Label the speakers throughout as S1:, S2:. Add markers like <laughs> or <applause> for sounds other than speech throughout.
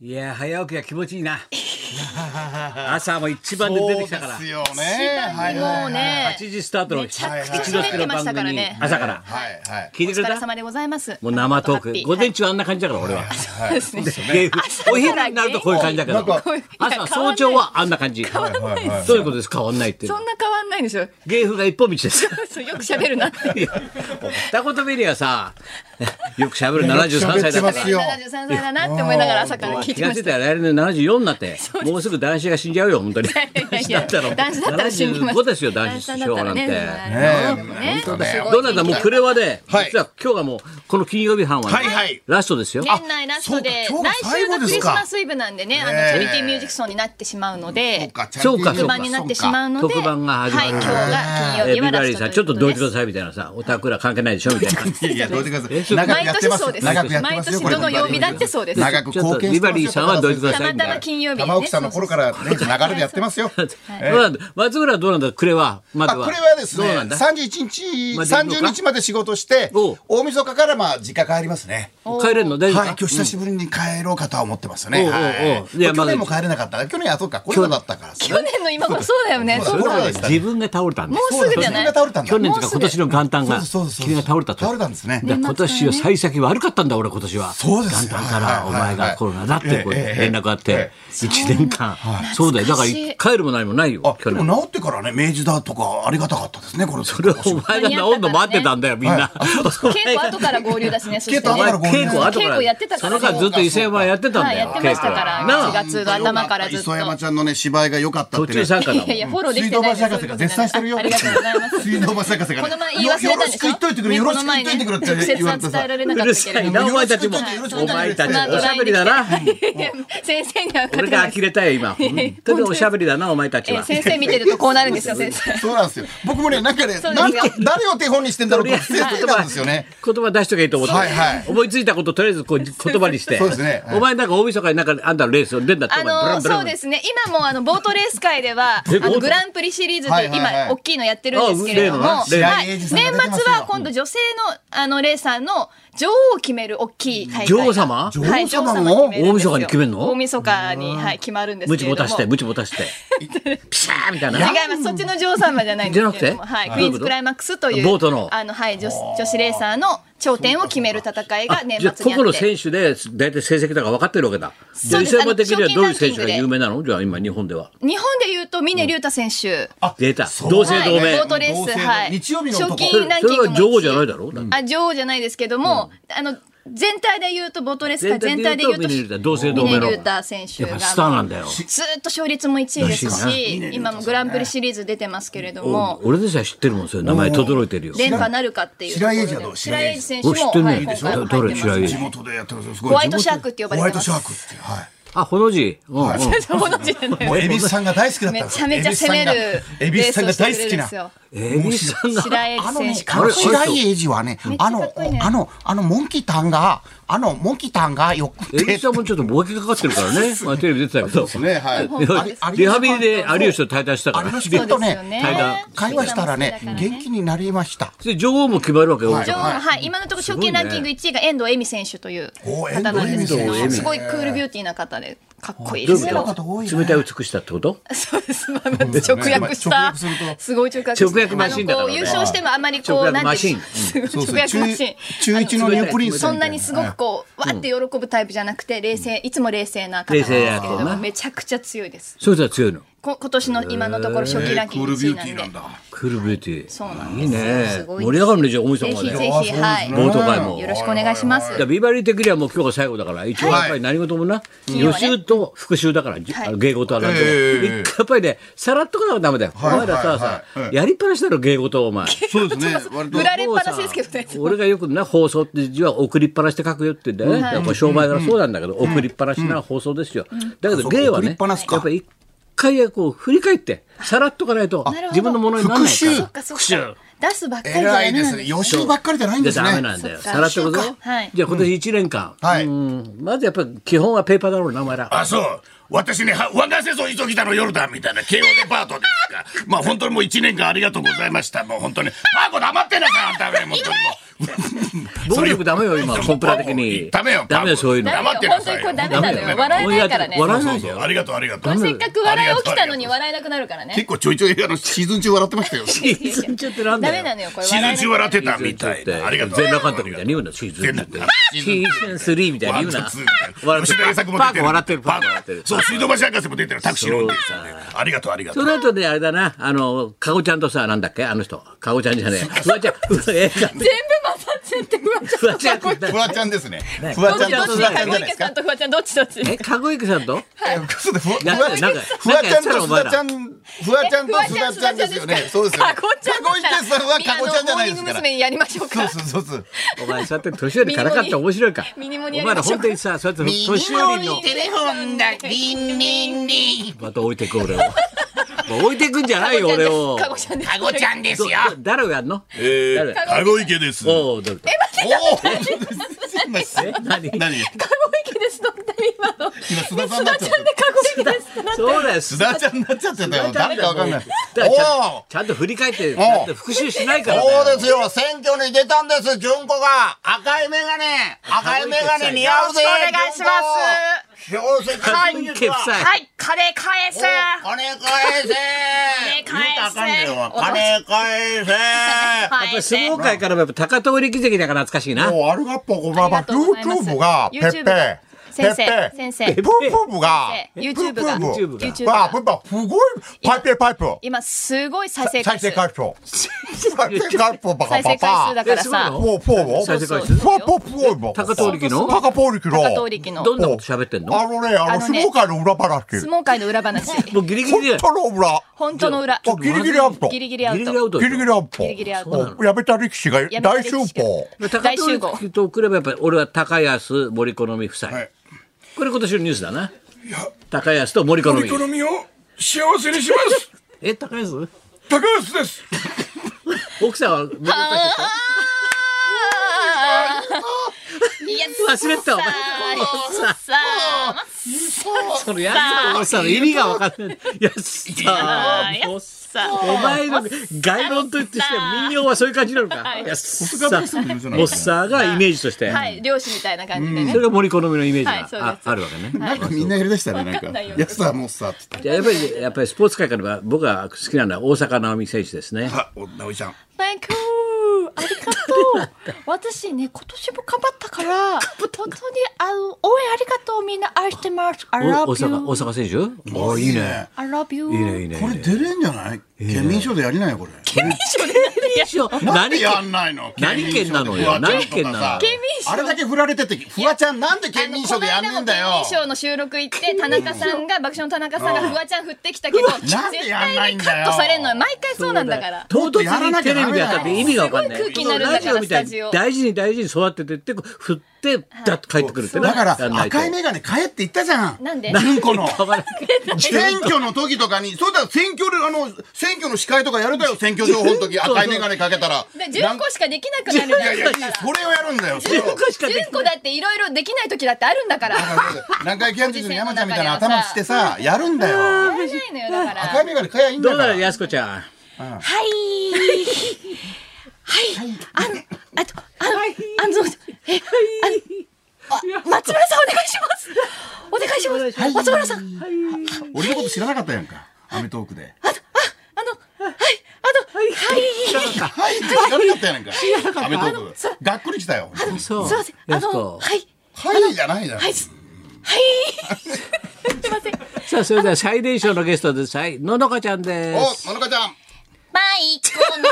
S1: いや早起きが気持ちい
S2: <laughs>
S1: いな朝も一番で出てきたから
S3: そうですよね。はい
S2: もう
S3: はいはい
S2: ね
S1: 8、時スタートの
S2: めちゃ
S3: くちゃ
S1: 一度しての番
S2: 喋ってましたから
S1: 組に
S2: ね
S1: 朝から
S3: はいはい。
S1: 聞い
S2: お
S1: てくれ
S2: 疲れ
S1: た
S2: 様でございます。
S1: もう生トーク午前
S2: 中
S1: 中あんな感じだから俺は
S2: そうですね。
S1: でお昼になるとこういう感じだけど
S3: なんか
S2: こういういや
S1: 朝早朝はあんな感じ
S2: 変わんない。
S3: はいは
S1: <laughs>
S3: い
S1: どういうことです変わんないって
S2: そんな変わんないでし <laughs> ょ。
S1: 芸風が一本道です
S2: そうよく喋るなって。
S1: いや二言目にはさ <laughs> よくしゃべる73歳だ
S3: よく喋
S1: か
S3: ってま
S1: ら
S3: すよ
S2: 73歳だなって思いながら朝から聞
S1: 気
S2: いてま
S1: が
S2: し
S1: つい
S2: た。
S1: たら来年74になってもうすぐ男子が死んじゃうよ本当に
S2: やい
S1: 男子 <laughs>
S2: や
S1: だったら
S2: 男子だったら死にます
S1: 75ですよ男子師匠なんて。
S2: 男子だったらね
S3: ねえ
S2: ね
S3: 本
S1: どうなんだもうクレワで、
S3: はい
S1: 実は今日がもうこの金曜日班はね、
S3: はいはい
S1: ラストですよ。
S2: 年内ラストで
S3: そうか
S2: 来
S3: 今日が最後
S2: 週が
S3: で
S2: ク
S3: すか
S2: リスマスイブなんでね、あのチ
S3: ねえ
S2: ャリティーミュージックソンになってしまうの
S3: そう
S2: で、
S3: か
S1: そうか
S2: 特番になってしまうので、
S1: 特番が始ま
S2: はい、
S1: る
S2: 今日が金
S1: え
S2: 曜
S1: ビ
S2: 日は
S1: バ
S2: ラ
S1: リー
S2: ス
S1: さん
S2: ト
S1: ちょっと
S2: と
S1: ど
S2: い
S1: いうて
S2: こ
S1: く
S2: と
S1: ださ
S2: です。
S1: いみたいなさ、オタクら関係ないでしょみたいな。
S3: <laughs> いやいやどうてくだ
S1: え
S3: さ
S1: そ
S3: い。
S1: う
S3: 長くや
S2: 毎
S3: ってま
S2: 年
S3: す。
S2: そうで
S3: 長くやってますよ。これは
S2: す。毎年どの曜日だってそうです。
S3: 長く貢献して
S1: ビバ
S3: ますよ
S1: リーさんはどうてください
S2: たま
S1: みた
S2: た
S1: い
S2: ま
S1: な。
S2: 金曜日ね
S3: 玉置さんの頃からね流れでやってますよ。
S1: どうなんだ松村はどうなんだクレワまで
S3: あ
S1: は。
S3: これはです
S1: どう
S3: ね
S1: なんだ。
S3: 31
S1: ま
S3: 日
S1: でいいのか
S3: 30日まで仕事して
S1: おう
S3: 大晦日からまあ実家帰りますね。
S1: 帰れるの大丈夫
S3: はい
S1: か、
S3: 今日久しぶりに帰ろうかとは思ってますね。
S1: おうおうおう
S3: はい。
S1: いやま
S3: 去
S1: だ
S3: 年も帰れなかったな。去年はそうかコロナだったから。
S2: 去年の今頃そうだよね。
S3: そう
S2: そ
S3: だ
S2: う
S1: それ
S2: だわ
S1: は
S3: そ
S1: ね
S3: う
S2: も
S3: です
S1: 自分が倒れたんだ。
S2: うすぐじゃな
S3: 君
S2: い。
S3: が倒れたんだ。
S1: 去年とか今年の元旦が
S3: そうですそうですそうです
S1: 君が倒れたと。
S3: 倒れたんですね。
S1: だから今年は幸先悪かったんだ俺今年は
S3: そうですよ
S1: 元旦か
S3: はい
S1: ら
S3: はい
S1: お前がコロナだってこう
S3: ええええ
S1: 連絡あって
S3: え
S1: 1年間そうだよだから
S2: 懐かしい
S1: 帰るも何もないよ
S3: あ、
S1: 去
S3: で
S1: 年
S3: も治ってからね、明治だとかありがたかったですね、これ。そ
S1: それは <laughs> お前が治んの待ってたんだよみんな
S2: 稽古後から合流だしね。そして
S3: <laughs>
S2: ね
S3: 稽古後から合流
S1: 稽古後
S2: 稽
S1: から
S2: 古やってたから
S1: その間ずっと伊勢山はやってたん
S2: は
S1: だ
S2: い、
S1: よ
S2: やってましたから、
S1: 稽古は
S2: 1
S1: なあ
S2: 月の頭からずっと。
S3: 磯
S2: い
S3: 山ちゃんのね、芝居が良かったっ
S1: 途
S3: て
S1: 中
S3: ね。
S1: 参加だもん
S2: やいや、フォローで
S3: 水
S2: きて
S3: 道
S2: ない
S3: 橋
S2: で
S3: 博
S2: す
S3: 士が絶賛してるよ。
S2: ありがとうございます。
S3: 水道橋博士がね。
S2: この前言い忘れたんでしょ
S3: よろしく言っといてくれ、よろしく言っといてくれって
S2: 直接
S3: 言わ
S2: は
S3: れて
S2: 伝
S3: さ
S2: え。られな
S1: う
S2: か
S1: る
S2: ったけ
S1: さ
S2: れ
S1: い
S2: ど
S1: な
S2: も。
S1: お前たちも
S3: よろしく
S1: お前たちおしゃべりだな
S2: 先生には勝
S1: 俺
S2: てな
S1: が
S2: い
S1: 呆れたよ今本当におしゃべりだなお前たち
S2: え
S1: は
S2: ー先生見てるとこうなるんですよ、先生。
S3: そうなんですよ。僕もね、なんかね、
S2: そう
S3: なん
S2: です
S3: か誰を手本にしてんだろうと
S1: 言
S3: 思って言ってたんですよね。
S1: 言葉出しとけばいいと思って、
S3: はいはい
S1: 思いついたこととりあえずこう言葉にして
S3: そうですねはい
S1: お前なんか大晦日になんかあんたのレース出んだって
S2: あ
S1: お前ブラ
S2: の
S1: ンブラン
S2: そうですね今もあのボートレース界ではあ
S1: えボート
S2: のグランプリシリーズという
S3: はいはいはい
S2: 今大きいのやってるんですけれども、
S1: あ例
S3: のな
S2: はい、
S3: 白井英
S2: 年
S3: 二
S2: 末
S3: さんが出てますよ
S2: は今度女性のあのレーサーの女王を決める大きい大会が
S1: 女王様
S2: はい、
S3: 女王様
S2: 女王
S3: を
S2: 様を決めるんです
S1: 大晦
S2: よ
S1: 日に決めんの
S2: 大晦日にはい決まるんです
S1: ムチ
S2: けれ
S1: ボ
S2: ど
S1: タ
S2: も
S1: してムチボタしてピシャーみたいな
S2: 違います。そっちの女王様じゃないんですけれども、
S1: じゃなく
S2: は
S1: て
S2: い、
S1: あ
S2: クイーン
S1: どういうこ
S2: ズ
S1: と
S2: クライマックスという
S1: ボートの
S2: あのはい女子女子レーサーの頂点を決める戦いが年
S1: じゃ
S2: 末にあっ
S1: あ
S2: て。
S1: 個々の選手で大体成績とか分かってるわけだじゃ
S2: そ
S1: あ
S2: う
S1: 伊
S2: です
S1: 勢山的にはど
S2: あの
S1: ういう選手
S2: 賞金ラン
S1: が
S2: キングで
S1: 有名なのじゃあ今日本では
S2: 日本で言うと峰竜太選手。
S1: 出た
S3: そう
S1: 同姓
S2: はい
S1: 同名、
S2: ボートレー
S3: 同
S2: ス、
S3: 姓同
S2: はい。
S3: 日曜日の男
S2: 賞金ランキングも
S1: それは女王じゃないだろだっ
S2: あ、女王じゃないですけども、あの、全体で言うと、ボートレース界全体で言うと、
S1: ミネルタ同姓同名
S2: ミ
S1: の
S2: ネ
S1: や
S2: ルタ選手
S1: っ
S2: が。
S1: ぱスターなんだよ
S2: ずーっと勝率も1位です
S1: らしいな
S2: し、今もグランプリシリーズ出てますけれども、
S1: 俺でさえ知ってるもんそれ名前轟いてるよ
S2: 連覇なるかっていうところ
S3: 白
S2: で。
S3: 井英二はどう
S2: 白井英二選手も、
S1: 俺知ってん
S2: は
S1: ね
S2: い、
S1: ん
S2: 今
S1: で
S2: 回
S1: しょ
S2: も入
S1: 誰
S2: ってます
S1: 白井
S3: 地元でやってるんですごい
S2: ホワイトシャークって呼ばれてます
S3: ホワイトシャークっていう、はい。
S1: あほの字うんうん
S2: そうなんですよね
S3: もう、恵比寿さんが大好きだったん
S2: め
S3: です
S2: ちゃめちゃ攻める
S3: 恵比寿さんが恵比寿さんが大
S2: レースをして
S3: 好き
S2: くれるん
S3: な
S2: です。よ
S1: えみさんが
S2: 白井英
S3: あ
S2: 二
S3: の
S2: 選
S3: ね
S2: 手、
S3: あ
S1: あ
S3: の
S1: れ
S3: 白井英二はね、あ
S2: めっちゃか
S3: の
S2: っこいいね、
S3: あの、あの、モンキータンが、あの、モンキータンがよく
S1: えみ
S3: て、
S1: さんもちょっとボケかかってるからねまあテレビ出てたけど
S3: ね、はい。
S1: リハビリで有吉と対談したか
S3: あ
S1: ら
S3: れの仕
S2: そう
S3: 事
S2: です
S3: ね
S2: よね
S1: 対談
S3: 会話したらね
S2: そうですよ
S3: 元気になりました。
S1: で女王も決まるわけよ、
S3: はい
S2: 女王のはい、今のところ賞金ランキング1位が遠藤恵美選手という
S3: お
S2: 方なんですけ
S3: 遠
S2: ど
S3: 藤恵美選手
S2: すごいクールビューティーな方でかっこいい
S1: ど
S2: で
S1: うい
S2: す
S1: う
S2: よ。
S1: こと冷たい美しさってこと
S2: <laughs> そうです、まあ直訳し
S3: まあ直
S2: た
S3: 訳すると
S2: すごい直訳した
S1: 直訳マシンだから
S2: あ
S1: ね
S2: のこう優勝してもあまりこ
S1: 直
S2: う
S1: 訳
S2: なんて
S1: マシン
S2: いう
S3: そうそう
S2: 直訳マシン
S3: 中中一のニュープリンスみたい
S2: そんなにすごくこうわーって喜ぶタイプじゃなくて冷静いつも冷静な方なんですけ
S1: 冷
S2: れ
S1: 静や
S2: ど
S1: とな
S2: もめちゃくちゃ強いです。
S1: そういう人は強いの
S2: こ今年の今のところ賞金ランキング1位なんで。
S1: クールビューティー
S2: そうなん
S1: いい
S2: です
S1: ね
S2: よすごいです
S1: 盛り上がるねじゃあ大
S2: ぜ
S1: 晦
S2: ひ
S1: 日
S2: ぜ
S1: まで
S2: ひはい。
S1: ボート会も
S2: よろしくお願いします。
S1: いやビバリー的にはもう今日が最後だから一応やっぱり何事もな、予習と復習だから、じ
S2: はい
S1: あの芸事は何でも、
S3: ええええ
S1: 一回やっぱりねさらっとかなきゃダメだよ、
S3: い
S1: お前らさ、さ
S3: はいはい
S1: やりっぱなしだろ芸事をお前
S3: そうですね。割
S2: 振られっぱなしですけどね。
S1: 俺がよくな放送って字は送りっぱなしって書くよって言うんだよね、やっぱ商売からそうなんだけど、送りっぱなしなら放送ですよ、だけど芸は
S3: 送り
S1: ね
S3: っぱなしか
S1: やっぱり一回こう振り返ってさらっとかないと
S2: なるほど
S1: 自分のものにならないから
S3: 復習
S2: そっかそっか。出すばっかりじゃダ
S3: 偉
S2: メ
S3: いで
S2: なん
S3: す
S2: で
S3: ね。
S2: す
S3: 予習ばっかりじゃないん
S1: じ
S3: で
S1: ゃ
S3: す
S1: あ
S3: ね。
S1: ダメなんだよ。
S2: そっ
S1: さ
S2: から
S1: ってことよ
S2: はい
S1: じゃあ今年1年間。
S3: はい
S1: うんまずやっぱり基本はペーパーだろうな、お前ら。
S4: あ、そう。私ね、は若瀬荘急ぎたの夜だみたいな、慶応デパート
S1: <laughs>
S4: ですか。まあ本当にもう一年間ありがとうございました。もう本当に。パーコ黙ってなさい、あんたね、本当にもう。
S1: 暴力ダメよ、今、コンプラ的に。
S4: ダメよ
S1: ダメよ、そういうの。 <laughs>
S4: ダメ
S2: ダメよ本当にこれダメなのよ笑えないからね
S1: 笑え
S4: そ
S1: な
S4: う
S1: いで
S4: そう
S1: よ。
S4: ありがとうありがと
S1: ダ
S4: う
S1: メ
S2: せっかく笑い起きたのに笑えなくなるから
S4: 結
S2: ね
S4: 構ちょいちょ <laughs> いあのシーズン中笑ってましたよシ
S1: シーズン中ってなんだ
S2: ダ
S1: よ。
S2: メなのよこれ
S4: ーズン中笑ってたみたい
S1: って
S4: なありがとう
S1: 全裸監督みたいに言うな、シーズン2って。シ
S4: 全裸
S1: ーズン3みたいに言うな。笑って
S4: 吉田栄
S1: る。パ
S4: 作も出
S1: ー
S4: て
S1: ク
S4: る
S1: 笑ってる、パーク笑ってる。
S4: そう水道橋博士も出てるタクシーの運転手さんでありがとうありがと
S1: そうの後であれだな、あの、かごちゃんとさ、なんだっけあの人。かごちゃんじゃねえ。フワちゃん、フワええか
S2: 全部混ざっちゃって
S1: フ
S2: フ
S1: ワちゃん。
S3: フワちゃんですね。フ
S2: ど
S3: ワ
S2: っ
S3: ちゃ
S2: ち
S3: ん
S2: ど
S3: と
S2: っ
S3: フ
S2: ち
S3: ワちゃんじゃ
S2: 籠
S3: ないで
S2: 池
S3: す
S2: さ
S3: か
S2: ん。とフワちゃんどっちどっち
S1: え、かごいくさんと
S3: そうだフワ
S1: なんかなんか
S3: フワちゃんと
S1: なんかやってたなお
S3: 須
S1: 前
S3: 田
S1: ら
S3: ちゃん、フワちゃんと須田ちゃんですよね。そうですよね。
S2: かごちゃん
S3: かご池さんはかごちゃんじゃないですか
S2: モーニング
S3: ら。
S2: 娘。やりましょう
S3: そう
S2: か
S3: そうそうそう。
S1: お前、そうやって年寄りからかって面白いか。
S2: ミニモニ
S1: お
S2: やり
S1: 前ら
S2: ましょう
S1: 本当にさ、そうやって年寄りの。
S5: テレフォンだ、リンリンリン。
S1: また置いてく俺を。もう置いてくんじゃないよ俺を。
S2: かごちゃんです
S5: かごちゃんです
S1: ど
S5: よ。
S1: ど誰をやんの？
S4: え
S1: 誰
S4: ー籠池です
S1: おおどれだ。
S3: おお。今
S1: え何？
S3: 何？
S2: かご池ですのって今
S3: 今
S2: の
S3: 須田さんになっちゃっ
S2: ちゃんでかご池ですってなって
S1: そうだよ。須
S3: た。須田ちゃんになっちゃってたよ。誰かわかんない。
S1: だからちゃん
S3: おお。
S1: ちゃんと振り返って、ちゃんと復習しないから
S3: お
S1: だ
S3: ー
S1: よ。
S3: ですよ。選挙に出たんです。純子が。
S5: 赤いメガネ、赤いメガネ似
S1: よ
S5: 合うぜ。
S6: よろしくお願いし
S5: 純
S6: ま
S5: 子。表紙
S1: か
S5: 会
S1: ご
S5: 議
S1: いけ夫
S5: は。
S1: 妻。
S6: はい、金返せ
S5: お金返せ。
S6: 金返せ
S5: 言うたらあかんだよ金返せ。
S1: やっぱ
S6: 返
S1: り
S6: せ
S1: 相撲界からもやっぱ高遠力関だから懐かしいな。
S3: もうアルガッポゴババ。
S2: あり
S3: プ
S2: がとうございま
S3: ー
S2: す
S3: プーブがペ
S2: YouTube
S3: ッペ。ペ
S2: 先
S3: ッ
S2: 生
S3: ペ。
S2: 先生
S3: プープーブが。
S2: 先生 YouTube が
S3: プープーブ
S1: YouTube
S3: わあ、
S2: が
S3: プープーブすごい。パイペパイプ。
S2: 今すごい再生
S3: 再
S2: 回
S3: 生
S2: 数
S3: 回数。
S2: <laughs>
S3: 再生回数バカ
S2: 再
S3: パ
S2: 生回数だ
S3: パ。
S2: から
S1: えそうな
S2: さ
S1: の
S3: フォーフォーを。
S1: 再生回数
S3: フォーフォーフォーも。
S1: 高遠力
S3: パ
S1: の
S3: カポーリキの。
S2: 高通力の
S1: どんなこと喋ってんの？
S3: あのね、あの
S2: あの
S3: 相
S2: ね
S3: 撲界の裏話。
S2: 相撲界の裏話
S1: もうギリギリだ
S3: 本
S1: よ。
S3: 当の裏。あ、
S2: 本当の裏
S3: ギリギリアウト。
S2: ギ
S3: ギ
S2: リギリアウ
S1: ギリギリア
S2: ト
S1: ウトでしょ。
S3: リギリアウト。
S2: ギリギリアウト
S3: うんやめた力士が
S2: めた
S3: 大
S2: 力士
S3: 集
S2: が
S3: 合。
S1: 高遠力と比べばやっぱり俺は高安森好み夫妻、
S4: はい
S1: これ今年のニュースだな高安と森好み
S4: お好みを幸せにします
S1: え高安
S4: 高安です
S1: 奥さんは森好
S2: いや
S1: 忘れてたお前
S2: ささあ
S1: その安さおさの意味が分かんない。安さおさお前の概論と言ってして民謡はそういう感じなのか。安さおさがイメージとして。
S2: はい漁師みたいな感じでね
S1: それが森好みのイメージ
S2: はいそう
S1: が
S2: です
S1: ああるわけね。
S3: なんかみんなやりだしたね、なん
S2: わかんないよ
S3: やつはもうさ、つって
S1: じゃあやっぱりやっぱりスポーツ界からは僕が好きなのは大坂なおみ選手ですね。
S4: あお直井さん
S2: Thank you ありがとう私ね今年も頑張ったから本当にあの応援ありがとうみんな愛してます
S1: お
S2: I
S1: 大
S2: love
S1: 阪
S2: you
S1: 大阪選手？おいいね。
S2: I love you
S1: いいねいいね。
S3: これ出れんじゃない県民賞でやりなよ、これ。
S1: 何
S3: や
S1: 県
S3: んないの
S1: 何県なのよ何県なのよ
S2: 県民賞
S3: あれだけ振られてて、フワちゃんなんで県民賞でやんねえんだよ
S2: この間も県。民賞の収録行って田中さんが爆笑の田中さんがフワちゃん振ってきたけど絶
S3: なんでやんな
S2: 対
S3: いん
S2: に
S3: だよ
S2: カットされるのよ毎回そうなんだから
S1: 唐突にテレビでやったって意味がわかんない。
S2: すごい空気になるんだか
S1: ラ
S2: ら
S1: ジオみたい
S2: スタジ
S1: に
S2: オ
S1: 大事に大事に育ててって、振って、だっと帰ってくるってな
S3: だから、
S1: やんないと
S3: 赤いメガネ買えって言ったじゃん。
S2: なんで
S3: 純子の。
S1: 変
S2: <laughs>
S1: わら
S3: 選挙の時とかに、そうだ、選挙で、あの、選挙の司会とかやるだよ、選挙情報の時、赤いメガネかけたら。
S2: で
S3: なん
S2: 10個しかできなくなるんだ
S3: いやいや、
S2: よ
S3: いやそれをやるんだよ。それを
S1: 10個しかできない
S2: 10個だっていろいろできない時だってあるんだからや
S3: 南海キャンディーズの山ちゃんみたいな頭してさ、やるんだよ。
S2: らないのよだから
S3: 赤いメガネ買えばいいん
S1: ど
S3: だ
S1: う
S3: か
S1: だろ
S3: ら
S1: う、。やすこちゃん。
S6: はい。はい。あの、あと、あの、あの、え、あの、あ松村さんお願いします。お願いします。松村さん、あの、
S3: 俺のこと知らなかったやんか。アメトークで。
S6: はい、あの、はい。
S3: はい、知らなかったやんか。アメトーク。がっくりきたよ。
S1: そう。
S6: すいません、あ
S1: やす
S6: の、
S1: こ。
S6: はい。
S3: はいじゃないだろ。
S6: はい。すいません。
S1: さあ、それでは最年少のゲストで、さいののかちゃんです。
S3: お、ののかちゃん。
S6: マイコの、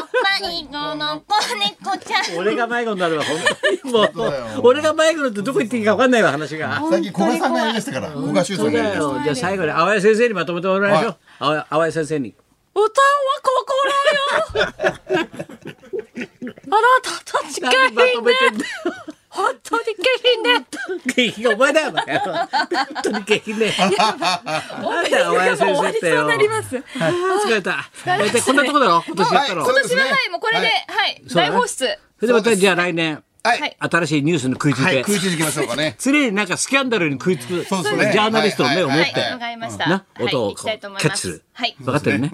S6: マイコの子猫ちゃん。
S1: 俺が迷子になれば、本当にも
S3: そうだよ
S1: う、俺が迷子になってどこ行っていいか分かんないわ、話が。
S3: 最近古賀さんがやりだしたから、古賀修さ
S1: そ
S3: ん
S1: う
S3: がや
S1: だ
S3: りだした。
S1: よ。じゃあ最後に、青江先生にまとめてもらいましょう。青江青江先生に。
S6: 歌は心よあなたたち下
S1: なん
S6: 品
S1: でまとめてん
S6: で
S1: だよ
S6: 本当に下品で
S1: 景品がお前だよ、お前本当に景品ね。なんだよ、お前先生って
S6: 終わりそう
S1: よ。
S6: になります
S1: はい疲れた。大体こんなとこだろ、今年やったの。
S3: はいそうですね
S2: 今年ははいもうこれで
S3: はい
S2: はい
S1: そうだね
S2: 大放出
S1: それでまた、じゃあ来年、
S3: はい。
S1: 新しいニュースの食いつい
S3: はい、
S1: て
S3: 食、いついていきましょうかね。
S1: 常になんかスキャンダルに食いつく、ジ
S3: そ
S1: ャ
S3: うですね
S1: ーナリストの目を持っ
S2: はい
S1: て、
S2: わかりました
S1: な、
S2: はい
S1: 音を
S2: 行きたいと思い
S1: キャ
S2: ま
S1: ッチす
S2: す
S1: る
S2: はい。
S6: <laughs>
S1: <laughs> 分かってるね。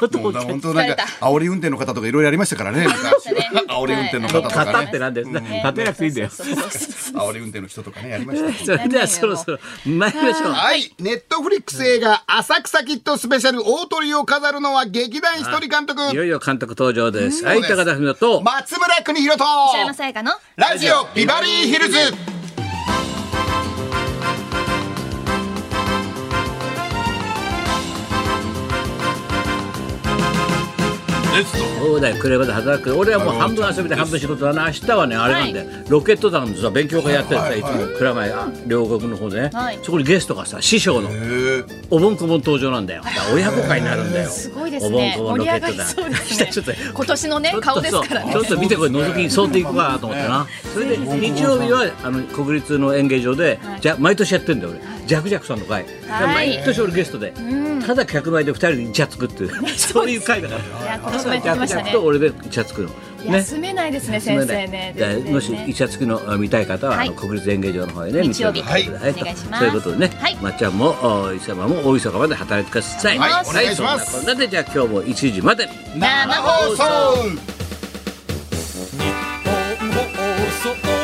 S1: 音
S3: も
S1: を
S3: う
S1: キャッ
S3: だ
S1: チ
S3: 本当なんか
S2: 疲れ
S1: <laughs>
S3: 煽り運転の方とかいろいろやりましたからね。
S2: りましたね
S3: 煽り運転の
S1: も
S3: 方
S1: う
S3: と
S1: 型
S3: か
S1: って
S3: ね。
S1: なんですね。立てなくていいんだよ。
S6: そうそうそう
S3: 煽り運転の人とかね、やりました。
S1: それではそろそろ参りましょう。
S3: はい、ネットフリックス映画、浅草キッドスペシャル大鳥を飾るのは劇団ひとり監督、
S1: いよいよ監督登場です。はい、
S3: そうです
S1: 高田文夫と、
S3: 松村邦洋と、
S6: 磯山さやかの
S3: ラジオビバリーヒルズ。
S1: そうだよ、クレバで働く。俺はもう半分遊びで半分仕事だな。明日はね、あれなんだよ。ロケット団のさ、勉強会やってるさ、いつも蔵前、あ両国の方でね
S6: はい。
S1: そこにゲストがさ、師匠のお盆こぼん登場なんだよ。だから親子会になるんだよ。
S6: すごいです
S1: お盆
S6: ね
S1: こぼん
S6: 盛
S1: ロ
S6: り
S1: ケ
S6: 上
S1: ッ
S6: が
S1: ト
S6: り
S1: 団。
S6: そうです
S1: <laughs> ちょっと
S6: ね今年のね顔ですからね
S1: ちょっと見てこれ覗きに沿っていこうかなと思ってなそれで日曜日はあの国立の演芸場でじゃ毎年やってんだよ俺ジャクジャクさんの会
S6: はい
S1: 毎年俺ゲストでただ客前で二人でイチャつ
S6: <laughs>
S1: くっていうそういう会だか
S6: い
S1: ら
S6: や今
S1: ジ
S6: 年もやってき
S1: ャク
S6: ま
S1: ジ
S6: し
S1: ャ
S6: た
S1: ク
S6: ね
S1: と俺でイチャつくのね
S6: 休めないですね先生ね
S1: だからもしイチャつきのあ見たい方は、
S6: はい
S1: あの国立演芸場の方へね見
S6: 日曜
S1: て
S6: 日
S1: みてください、
S6: はいお願いします
S1: ということでね、
S6: はい
S1: まっちゃんもお伊勢様も大磯まで働いてください
S6: はい
S1: はい
S3: お願いします
S1: そんなこんなでじゃあ今日も1時まで
S6: 生
S3: 放送
S1: 放送